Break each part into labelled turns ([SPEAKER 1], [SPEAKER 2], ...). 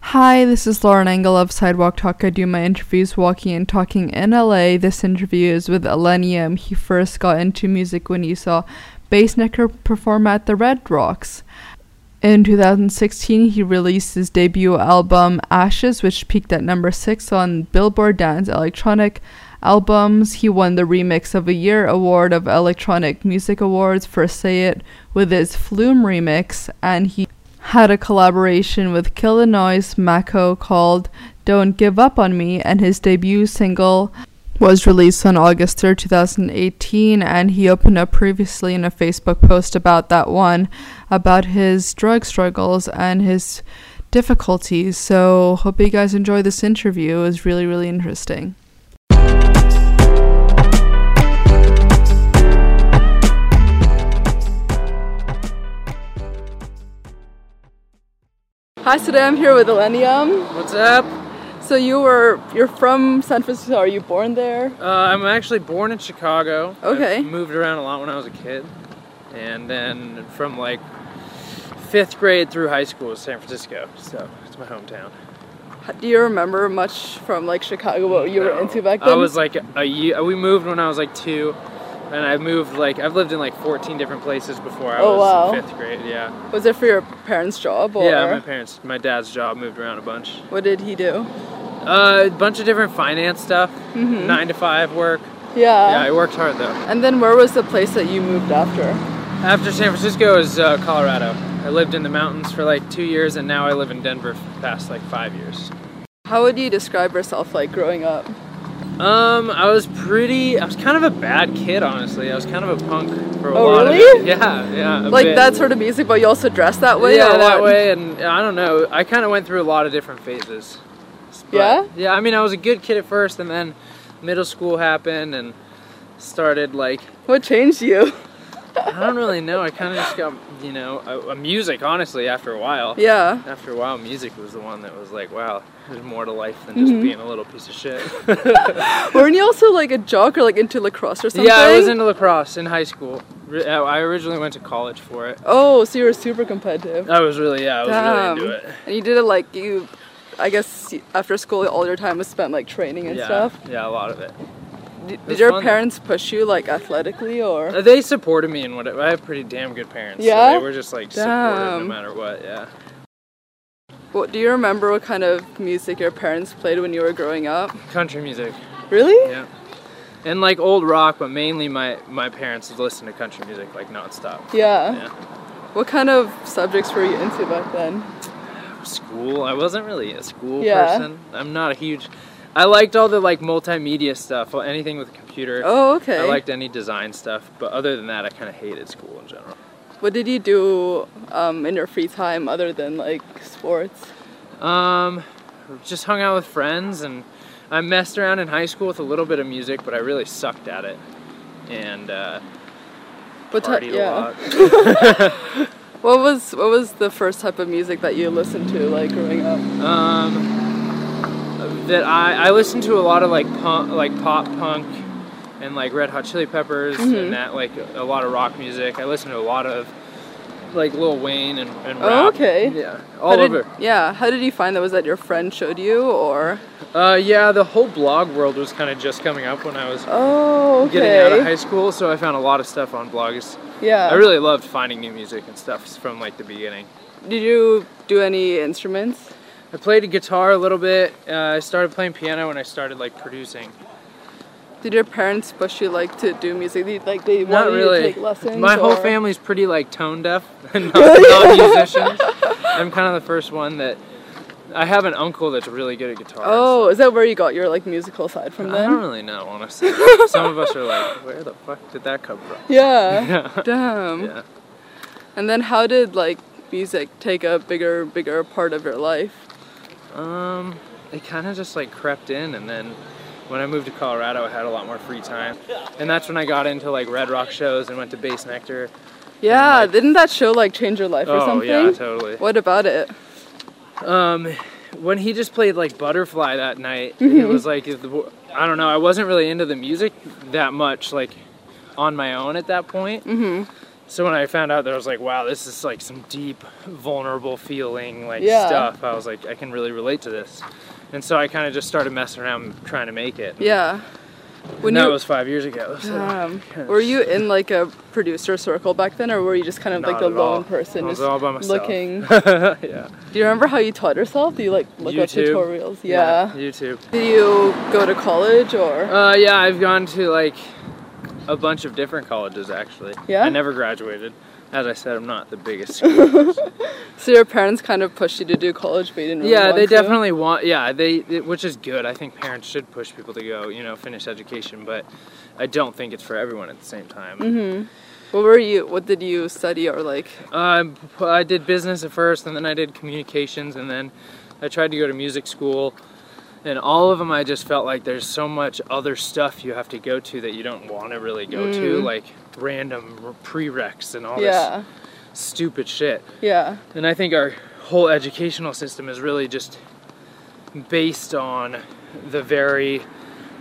[SPEAKER 1] Hi, this is Lauren Engel of Sidewalk Talk. I do my interviews walking and talking in LA. This interview is with Elenium. He first got into music when he saw Bass Necker perform at the Red Rocks. In 2016, he released his debut album Ashes, which peaked at number 6 on Billboard Dance Electronic Albums. He won the Remix of a Year award of Electronic Music Awards for Say It with his Flume remix, and he had a collaboration with Kill the Noise Mako called Don't Give Up on Me, and his debut single was released on August 3rd, 2018, and he opened up previously in a Facebook post about that one, about his drug struggles and his difficulties. So, hope you guys enjoy this interview. It was really, really interesting. Hi, so today I'm here with Elenium.
[SPEAKER 2] What's up?
[SPEAKER 1] So you were you're from San Francisco. Are you born there?
[SPEAKER 2] Uh, I'm actually born in Chicago.
[SPEAKER 1] Okay.
[SPEAKER 2] I moved around a lot when I was a kid, and then from like fifth grade through high school was San Francisco. So it's my hometown.
[SPEAKER 1] Do you remember much from like Chicago? What you were
[SPEAKER 2] No.
[SPEAKER 1] into back then?
[SPEAKER 2] I was like a year. We moved when I was like two, and I moved like I've lived in like 14 different places before I
[SPEAKER 1] Oh,
[SPEAKER 2] was
[SPEAKER 1] wow.
[SPEAKER 2] in fifth grade. Yeah.
[SPEAKER 1] Was it for your parents' job or
[SPEAKER 2] Yeah. My parents, my dad's job moved around a bunch.
[SPEAKER 1] what did he do?
[SPEAKER 2] Uh, a bunch of different finance stuff.
[SPEAKER 1] Mm-hmm.
[SPEAKER 2] Nine to five work. yeah,
[SPEAKER 1] Yeah.
[SPEAKER 2] I worked hard though.
[SPEAKER 1] and then where was the place that you moved after?
[SPEAKER 2] After San Francisco is uh, Colorado. I lived in the mountains for like two years, and now I live in Denver for the past like five years.
[SPEAKER 1] How would you describe yourself like growing up?
[SPEAKER 2] Um, I was pretty. I was kind of a bad kid, honestly. I was kind of a punk for a
[SPEAKER 1] Oh,
[SPEAKER 2] lot
[SPEAKER 1] really?
[SPEAKER 2] of it. Yeah, yeah. a
[SPEAKER 1] Like
[SPEAKER 2] bit.
[SPEAKER 1] that sort of music, but you also dress that way.
[SPEAKER 2] yeah,
[SPEAKER 1] or
[SPEAKER 2] that
[SPEAKER 1] what?
[SPEAKER 2] way, and I don't know. I kind of went through a lot of different phases. But,
[SPEAKER 1] Yeah?
[SPEAKER 2] Yeah. I mean, I was a good kid at first, and then middle school happened, and started like
[SPEAKER 1] What changed you?
[SPEAKER 2] I don't really know. I kind of just got you know a, a music honestly after a while.
[SPEAKER 1] Yeah.
[SPEAKER 2] After a while, music was the one that was like, wow, there's more to life than
[SPEAKER 1] Mm-hmm.
[SPEAKER 2] just being a little piece of shit.
[SPEAKER 1] Weren't you also like a jock or like into lacrosse or something?
[SPEAKER 2] yeah, I was into lacrosse in high school. Re- uh, I originally went to college for it.
[SPEAKER 1] Oh, so you were super competitive.
[SPEAKER 2] I was really, yeah, I was
[SPEAKER 1] Damn.
[SPEAKER 2] really into it.
[SPEAKER 1] And you did it like you, I guess after school, all your time was spent like training and
[SPEAKER 2] yeah,
[SPEAKER 1] stuff.
[SPEAKER 2] yeah, a lot of it.
[SPEAKER 1] Did, did
[SPEAKER 2] was
[SPEAKER 1] your
[SPEAKER 2] fun.
[SPEAKER 1] parents push you like athletically or?
[SPEAKER 2] Uh, They supported me in what I have pretty damn good parents.
[SPEAKER 1] Yeah?
[SPEAKER 2] so they were just like supportive no
[SPEAKER 1] Damn.
[SPEAKER 2] matter what. Yeah.
[SPEAKER 1] What, do you remember what kind of music your parents played when you were growing up?
[SPEAKER 2] Country music.
[SPEAKER 1] Really?
[SPEAKER 2] Yeah. And like old rock, but mainly my my parents would listen to country music like nonstop.
[SPEAKER 1] Yeah.
[SPEAKER 2] Yeah.
[SPEAKER 1] What kind of subjects were you into back then?
[SPEAKER 2] school. I wasn't really a school
[SPEAKER 1] Yeah.
[SPEAKER 2] person. I'm not a huge. I liked all the like multimedia stuff, well, anything with a computer.
[SPEAKER 1] Oh, okay.
[SPEAKER 2] I liked any design stuff, but other than that, I kind of hated school in general.
[SPEAKER 1] What did you do um, in your free time other than like sports?
[SPEAKER 2] Um, just hung out with friends, and I messed around in high school with a little bit of music, but I really sucked at it, and uh,
[SPEAKER 1] What ti-
[SPEAKER 2] partied
[SPEAKER 1] yeah.
[SPEAKER 2] a lot.
[SPEAKER 1] What was what was the first type of music that you listened to like growing up?
[SPEAKER 2] Um, that I I listen to a lot of like punk, like pop punk, and like Red Hot Chili Peppers
[SPEAKER 1] Mm-hmm.
[SPEAKER 2] and that like a lot of rock music. I listen to a lot of like Lil Wayne and, and
[SPEAKER 1] Oh,
[SPEAKER 2] rap.
[SPEAKER 1] okay.
[SPEAKER 2] Yeah, all
[SPEAKER 1] How did-
[SPEAKER 2] over.
[SPEAKER 1] Yeah. How did you find that? Was that your friend showed you or?
[SPEAKER 2] Uh, yeah, the whole blog world was kind of just coming up when I was
[SPEAKER 1] Oh, okay.
[SPEAKER 2] getting out of high school, so I found a lot of stuff on blogs.
[SPEAKER 1] Yeah.
[SPEAKER 2] I really loved finding new music and stuff from like the beginning.
[SPEAKER 1] Did you do any instruments?
[SPEAKER 2] I played guitar a little bit. Uh, I started playing piano when I started like producing.
[SPEAKER 1] Did your parents push you like to do music? Did, like they wanted
[SPEAKER 2] Not really.
[SPEAKER 1] you to take lessons?
[SPEAKER 2] My whole
[SPEAKER 1] or-
[SPEAKER 2] family's pretty like tone deaf and not, not musicians. I'm kind of the first one that I have an uncle that's really good at guitar. and
[SPEAKER 1] Oh, is that where you got your like musical side from
[SPEAKER 2] stuff. I
[SPEAKER 1] then?
[SPEAKER 2] don't really know, honestly. Some of us are like, where the fuck did that come from?
[SPEAKER 1] Yeah. Damn.
[SPEAKER 2] Yeah.
[SPEAKER 1] And then how did like music take a bigger bigger part of your life?
[SPEAKER 2] Um, it kind of just like crept in, and then when I moved to Colorado, I had a lot more free time, and that's when I got into like Red Rock shows and went to Bass Nectar.
[SPEAKER 1] Yeah, didn't that show like change your life or
[SPEAKER 2] oh
[SPEAKER 1] something?
[SPEAKER 2] yeah, totally.
[SPEAKER 1] What about it?
[SPEAKER 2] Um, when he just played like Butterfly that night, it
[SPEAKER 1] Mm-hmm.
[SPEAKER 2] was like the- I don't know. I wasn't really into the music that much, like on my own at that point. Mm-hmm. So when I found out that I was like, wow, this is like some deep, vulnerable feeling like
[SPEAKER 1] Yeah.
[SPEAKER 2] stuff. I was like, I can really relate to this. And so I kind of just started messing around trying to make it.
[SPEAKER 1] Yeah. When
[SPEAKER 2] and that
[SPEAKER 1] you
[SPEAKER 2] was five years ago. So.
[SPEAKER 1] um, were you in like a producer circle back then, or were you just kind of like
[SPEAKER 2] Not
[SPEAKER 1] the
[SPEAKER 2] at all.
[SPEAKER 1] lone person,
[SPEAKER 2] I was
[SPEAKER 1] just
[SPEAKER 2] all by myself.
[SPEAKER 1] looking?
[SPEAKER 2] yeah.
[SPEAKER 1] Do you remember how you taught yourself? Do you like look
[SPEAKER 2] YouTube.
[SPEAKER 1] up tutorials? Yeah.
[SPEAKER 2] YouTube.
[SPEAKER 1] Did you go to college or?
[SPEAKER 2] Uh, yeah, I've gone to like a bunch of different colleges actually.
[SPEAKER 1] Yeah?
[SPEAKER 2] I never graduated. As I said, I'm not the biggest. school person.
[SPEAKER 1] So your parents kind of pushed you to do college, but you didn't. Really
[SPEAKER 2] yeah,
[SPEAKER 1] want
[SPEAKER 2] they
[SPEAKER 1] to?
[SPEAKER 2] definitely want. Yeah, they it- which is good. I think parents should push people to go, you know, finish education, but I don't think it's for everyone at the same time.
[SPEAKER 1] Mm-hmm. What were you? What did you study or like?
[SPEAKER 2] Um, I did business at first, and then I did communications, and then I tried to go to music school. And all of them, I just felt like there's so much other stuff you have to go to that you don't want to really go to, like random r- prereqs and all
[SPEAKER 1] Mm. Yeah.
[SPEAKER 2] this stupid shit.
[SPEAKER 1] Yeah.
[SPEAKER 2] And I think our whole educational system is really just based on the very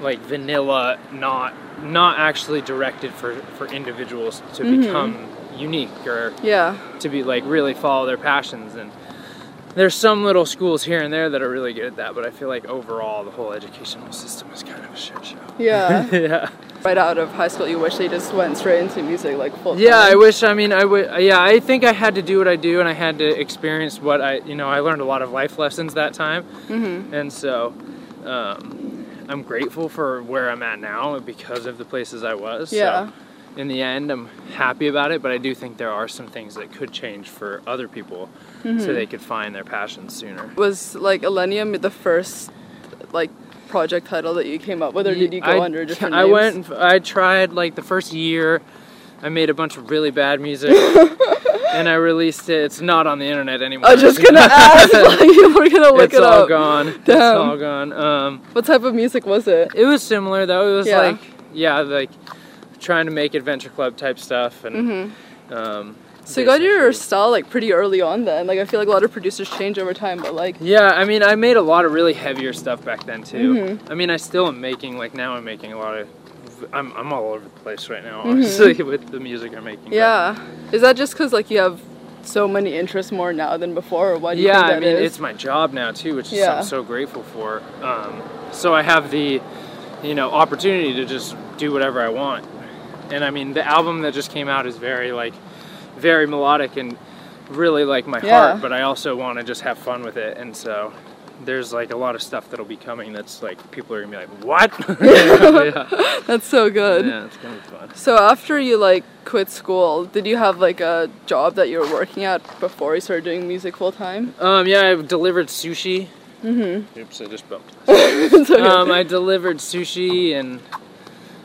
[SPEAKER 2] like vanilla, not not actually directed for for individuals to become unique or
[SPEAKER 1] Yeah.
[SPEAKER 2] to be like really follow their passions and there's some little schools here and there that are really good at that but i feel like overall the whole educational system is kind of a shit show
[SPEAKER 1] Yeah.
[SPEAKER 2] yeah
[SPEAKER 1] right out of high school, you wish they just went straight into music, like full.
[SPEAKER 2] yeah i
[SPEAKER 1] time.
[SPEAKER 2] wish i mean i would yeah i think i had to do what i do and i had to experience what i you know i learned a lot of life lessons that time and so um, i'm grateful for where i'm at now because of the places i was So,
[SPEAKER 1] Yeah.
[SPEAKER 2] in the end i'm happy about it but i do think there are some things that could change for other people so they could find their passion sooner
[SPEAKER 1] Was like Elenium the first like project title that you came up with, or did you go
[SPEAKER 2] I,
[SPEAKER 1] under different?
[SPEAKER 2] I
[SPEAKER 1] names?
[SPEAKER 2] went. and f- I tried like the first year. I made a bunch of really bad music, and I released it. It's not on the internet anymore.
[SPEAKER 1] I was just gonna ask. Like, we're gonna look
[SPEAKER 2] it's
[SPEAKER 1] it
[SPEAKER 2] all
[SPEAKER 1] up.
[SPEAKER 2] gone. It's
[SPEAKER 1] Damn.
[SPEAKER 2] all gone. Um,
[SPEAKER 1] What type of music was it?
[SPEAKER 2] it was similar though. It was
[SPEAKER 1] Yeah.
[SPEAKER 2] like yeah, like trying to make adventure club type stuff and. Um,
[SPEAKER 1] Mm-hmm. So you got your
[SPEAKER 2] basically-
[SPEAKER 1] style like pretty early on then. Like I feel like a lot of producers change over time, but like
[SPEAKER 2] Yeah, I mean, I made a lot of really heavier stuff back then too.
[SPEAKER 1] Mm-hmm.
[SPEAKER 2] I mean, I still am making like now. I'm making a lot of. I'm, I'm all over the place right now, honestly, with the music I'm making. but-
[SPEAKER 1] Mm-hmm. yeah, is that just because like you have so many interests more now than before? Or why do you
[SPEAKER 2] yeah,
[SPEAKER 1] think
[SPEAKER 2] I
[SPEAKER 1] that
[SPEAKER 2] mean,
[SPEAKER 1] is?
[SPEAKER 2] it's my job now too, which is
[SPEAKER 1] Yeah.
[SPEAKER 2] I'm so grateful for. Um, so I have the, you know, opportunity to just do whatever I want. And I mean, the album that just came out is very like, very melodic and really like my
[SPEAKER 1] Yeah.
[SPEAKER 2] heart. But I also want to just have fun with it, and so there's like a lot of stuff that'll be coming that's like people are gonna be like, what? yeah,
[SPEAKER 1] That's so good.
[SPEAKER 2] yeah, it's gonna be fun.
[SPEAKER 1] So after you like quit school, did you have like a job that you were working at before you started doing music full time?
[SPEAKER 2] Um, yeah, I've delivered sushi. Mm-hmm. Oops, I just bumped. um, I delivered sushi and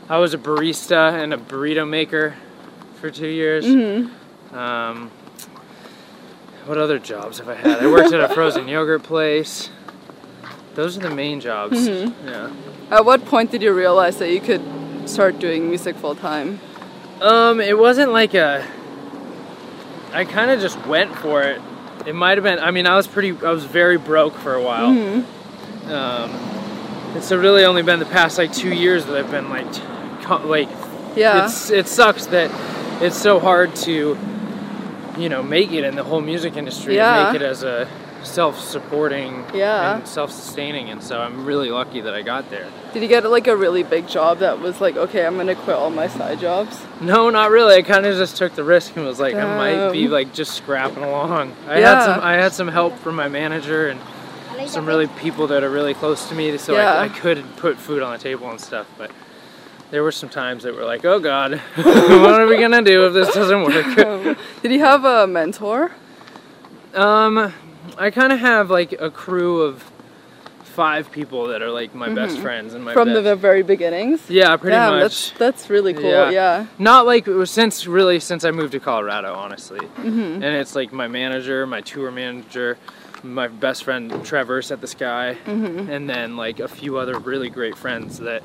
[SPEAKER 2] I was a barista and a burrito maker for two years. Um, what other jobs have I had? I worked at a frozen yogurt place. Those are the main jobs. Yeah.
[SPEAKER 1] At what point did you realize that you could start doing music full time?
[SPEAKER 2] Um, it wasn't like a. I kind of just went for it. It might have been. I mean, I was pretty. I was very broke for a while. Um, it's really only been the past like two years that I've been like, t- co- like
[SPEAKER 1] Yeah.
[SPEAKER 2] it's it sucks that it's so hard to, you know, make it in the whole music industry.
[SPEAKER 1] Yeah.
[SPEAKER 2] And make it as a self-supporting.
[SPEAKER 1] Yeah.
[SPEAKER 2] And self-sustaining, and so I'm really lucky that I got there.
[SPEAKER 1] did you get like a really big job that was like, okay, I'm gonna quit all my side jobs?
[SPEAKER 2] No, not really. I kind of just took the risk and was like, I might be
[SPEAKER 1] Damn.
[SPEAKER 2] like just scrapping along. I had
[SPEAKER 1] Yeah.
[SPEAKER 2] some, I had some help from my manager and some really people that are really close to me, so
[SPEAKER 1] Yeah.
[SPEAKER 2] I, I could put food on the table and stuff. But there were some times that were like, oh god, what are we gonna do if this doesn't work?
[SPEAKER 1] Um, did you have a mentor?
[SPEAKER 2] Um, I kind of have like a crew of five people that are like my best friends and my
[SPEAKER 1] Mm-hmm. from the
[SPEAKER 2] best-
[SPEAKER 1] ve- very beginnings.
[SPEAKER 2] yeah, pretty
[SPEAKER 1] Damn,
[SPEAKER 2] much.
[SPEAKER 1] that's that's really cool.
[SPEAKER 2] Yeah.
[SPEAKER 1] Yeah.
[SPEAKER 2] Not like since really since I moved to Colorado, honestly.
[SPEAKER 1] Mm-hmm.
[SPEAKER 2] And it's like my manager, my tour manager, my best friend Traverse at the Sky,
[SPEAKER 1] Mm-hmm.
[SPEAKER 2] and then like a few other really great friends that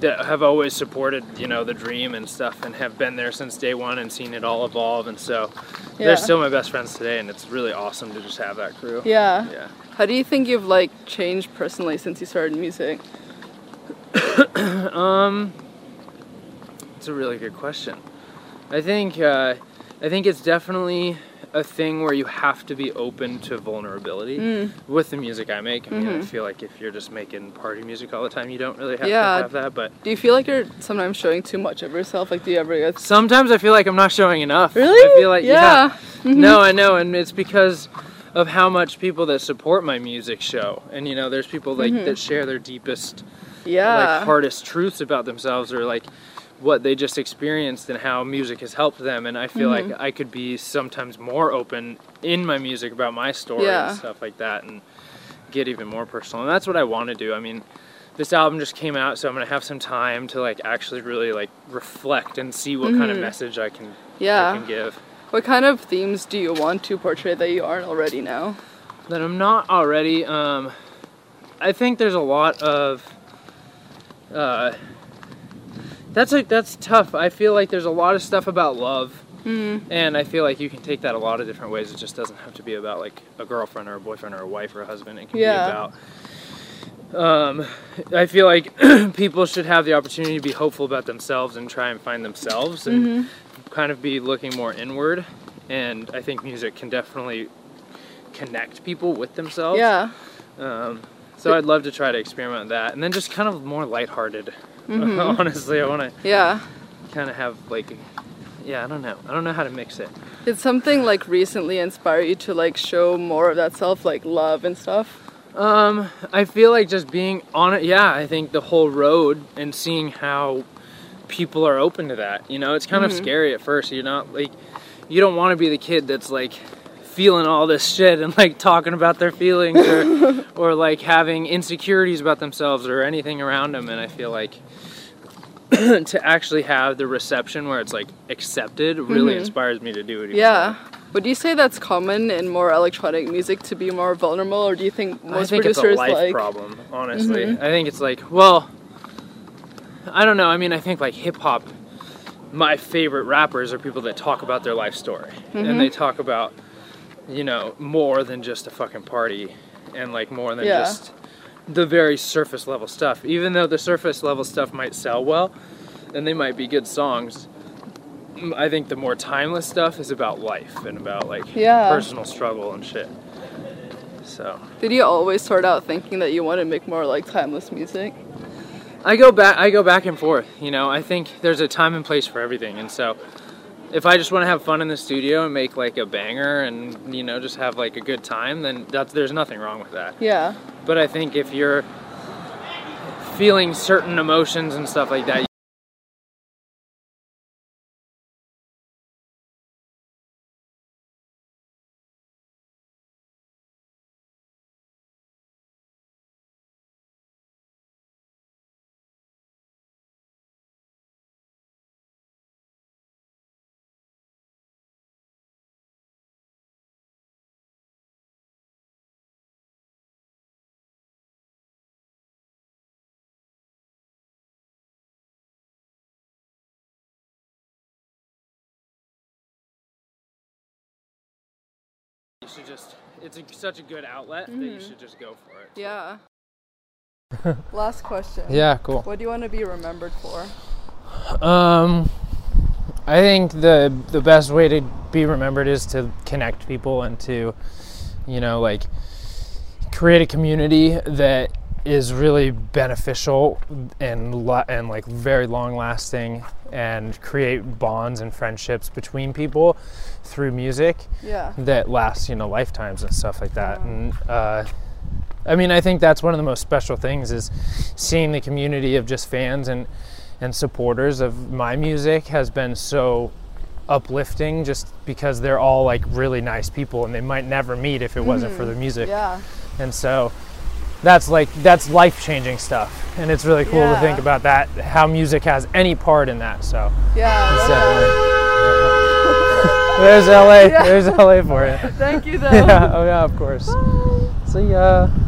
[SPEAKER 2] that have always supported you know the dream and stuff, and have been there since day one and seen it all evolve. And so
[SPEAKER 1] Yeah.
[SPEAKER 2] they're still my best friends today, and it's really awesome to just have that crew.
[SPEAKER 1] yeah,
[SPEAKER 2] Yeah.
[SPEAKER 1] How do you think you've like changed personally since you started music?
[SPEAKER 2] It's a really good question. I think uh, I think it's definitely a thing where you have to be open to vulnerability
[SPEAKER 3] Mm.
[SPEAKER 2] with the music I make. I mean,
[SPEAKER 3] Mm-hmm.
[SPEAKER 2] I feel like if you're just making party music all the time, you don't really have
[SPEAKER 3] Yeah.
[SPEAKER 2] to have that. But
[SPEAKER 3] Do you feel like you're sometimes showing too much of yourself? Like, do you ever get
[SPEAKER 2] sometimes I feel like I'm not showing enough.
[SPEAKER 3] really?
[SPEAKER 2] I feel like yeah.
[SPEAKER 3] yeah. Mm-hmm.
[SPEAKER 2] No, I know, and it's because of how much people that support my music show. And you know, there's people like
[SPEAKER 3] Mm-hmm.
[SPEAKER 2] that share their deepest
[SPEAKER 3] Yeah.
[SPEAKER 2] like hardest truths about themselves or like what they just experienced and how music has helped them and i feel
[SPEAKER 3] Mm-hmm.
[SPEAKER 2] like i could be sometimes more open in my music about my story
[SPEAKER 3] Yeah.
[SPEAKER 2] and stuff like that and get even more personal and that's what i want to do i mean this album just came out so i'm going to have some time to like actually really like reflect and see what kind of message i can
[SPEAKER 3] Mm-hmm. Yeah.
[SPEAKER 2] I can give
[SPEAKER 3] What kind of themes do you want to portray that you aren't already now?
[SPEAKER 2] that I'm not already. Um, I think there's a lot of. Uh, that's a, that's tough. I feel like there's a lot of stuff about love, and I feel like you can take that a lot of different ways. It just doesn't have to be about like a girlfriend or a boyfriend or a wife or a husband. It can
[SPEAKER 3] Yeah.
[SPEAKER 2] be about. Um, I feel like people should have the opportunity to be hopeful about themselves and try and find themselves and kind of be looking more inward. And I think music can definitely connect people with themselves.
[SPEAKER 3] Yeah.
[SPEAKER 2] So I'd love to try to experiment with that, and then just kind of more lighthearted. Honestly, I want to
[SPEAKER 3] Yeah.
[SPEAKER 2] kind of have like, yeah, I don't know. I don't know how to mix it.
[SPEAKER 3] Did something like recently inspire you to like show more of that self, like love and stuff?
[SPEAKER 2] Um, I feel like just being on it. Yeah, I think the whole road and seeing how people are open to that. You know, it's kind of scary at first. You're not like, you don't want to be the kid that's like feeling all this shit and like talking about their feelings or or like having insecurities about themselves or anything around them. And I feel like to actually have the reception where it's like accepted really inspires me to do it. even
[SPEAKER 3] Yeah. Would you say that's common in more electronic music to be more vulnerable, or do you think most
[SPEAKER 2] I think it's
[SPEAKER 3] producers
[SPEAKER 2] a life
[SPEAKER 3] like? Mhm.
[SPEAKER 2] problem, honestly. I think it's like, well, I don't know. I mean, I think like hip hop. My favorite rappers are people that talk about their life story, and
[SPEAKER 3] Mm-hmm.
[SPEAKER 2] they talk about, you know, more than just a fucking party, and like more than
[SPEAKER 3] Yeah.
[SPEAKER 2] just the very surface level stuff. Even though the surface level stuff might sell well, and they might be good songs. m- I think the more timeless stuff is about life and about like
[SPEAKER 3] Yeah.
[SPEAKER 2] personal struggle and shit. So.
[SPEAKER 3] Did you always start out thinking that you want to make more like timeless music?
[SPEAKER 2] I go back. I go back and forth. You know, I think there's a time and place for everything, and so if I just want to have fun in the studio and make like a banger, and you know, just have like a good time, then that's there's nothing wrong with that.
[SPEAKER 3] Yeah.
[SPEAKER 2] But I think if you're feeling certain emotions and stuff like that, you should just. It's a, such a good outlet that you should just go for it.
[SPEAKER 3] Yeah. Last question.
[SPEAKER 2] Yeah, cool.
[SPEAKER 3] What do you want to be remembered for?
[SPEAKER 2] Um, I think the the best way to be remembered is to connect people and to, you know, like create a community that is really beneficial and la- and like very long lasting and create bonds and friendships between people through music
[SPEAKER 3] Yeah.
[SPEAKER 2] that lasts you know lifetimes and stuff like that and uh, i mean i think that's one of the most special things is seeing the community of just fans and and supporters of my music has been so uplifting just because they're all like really nice people and they might never meet if it wasn't for the music
[SPEAKER 3] Mm-hmm. Yeah.
[SPEAKER 2] and so that's like that's life changing stuff and it's really cool to
[SPEAKER 3] Yeah.
[SPEAKER 2] think about that how music has any part in that so
[SPEAKER 3] Yeah.
[SPEAKER 2] it's definitely- there's la there's la for you
[SPEAKER 3] Thank you though.
[SPEAKER 2] yeah, oh yeah, of course. See ya.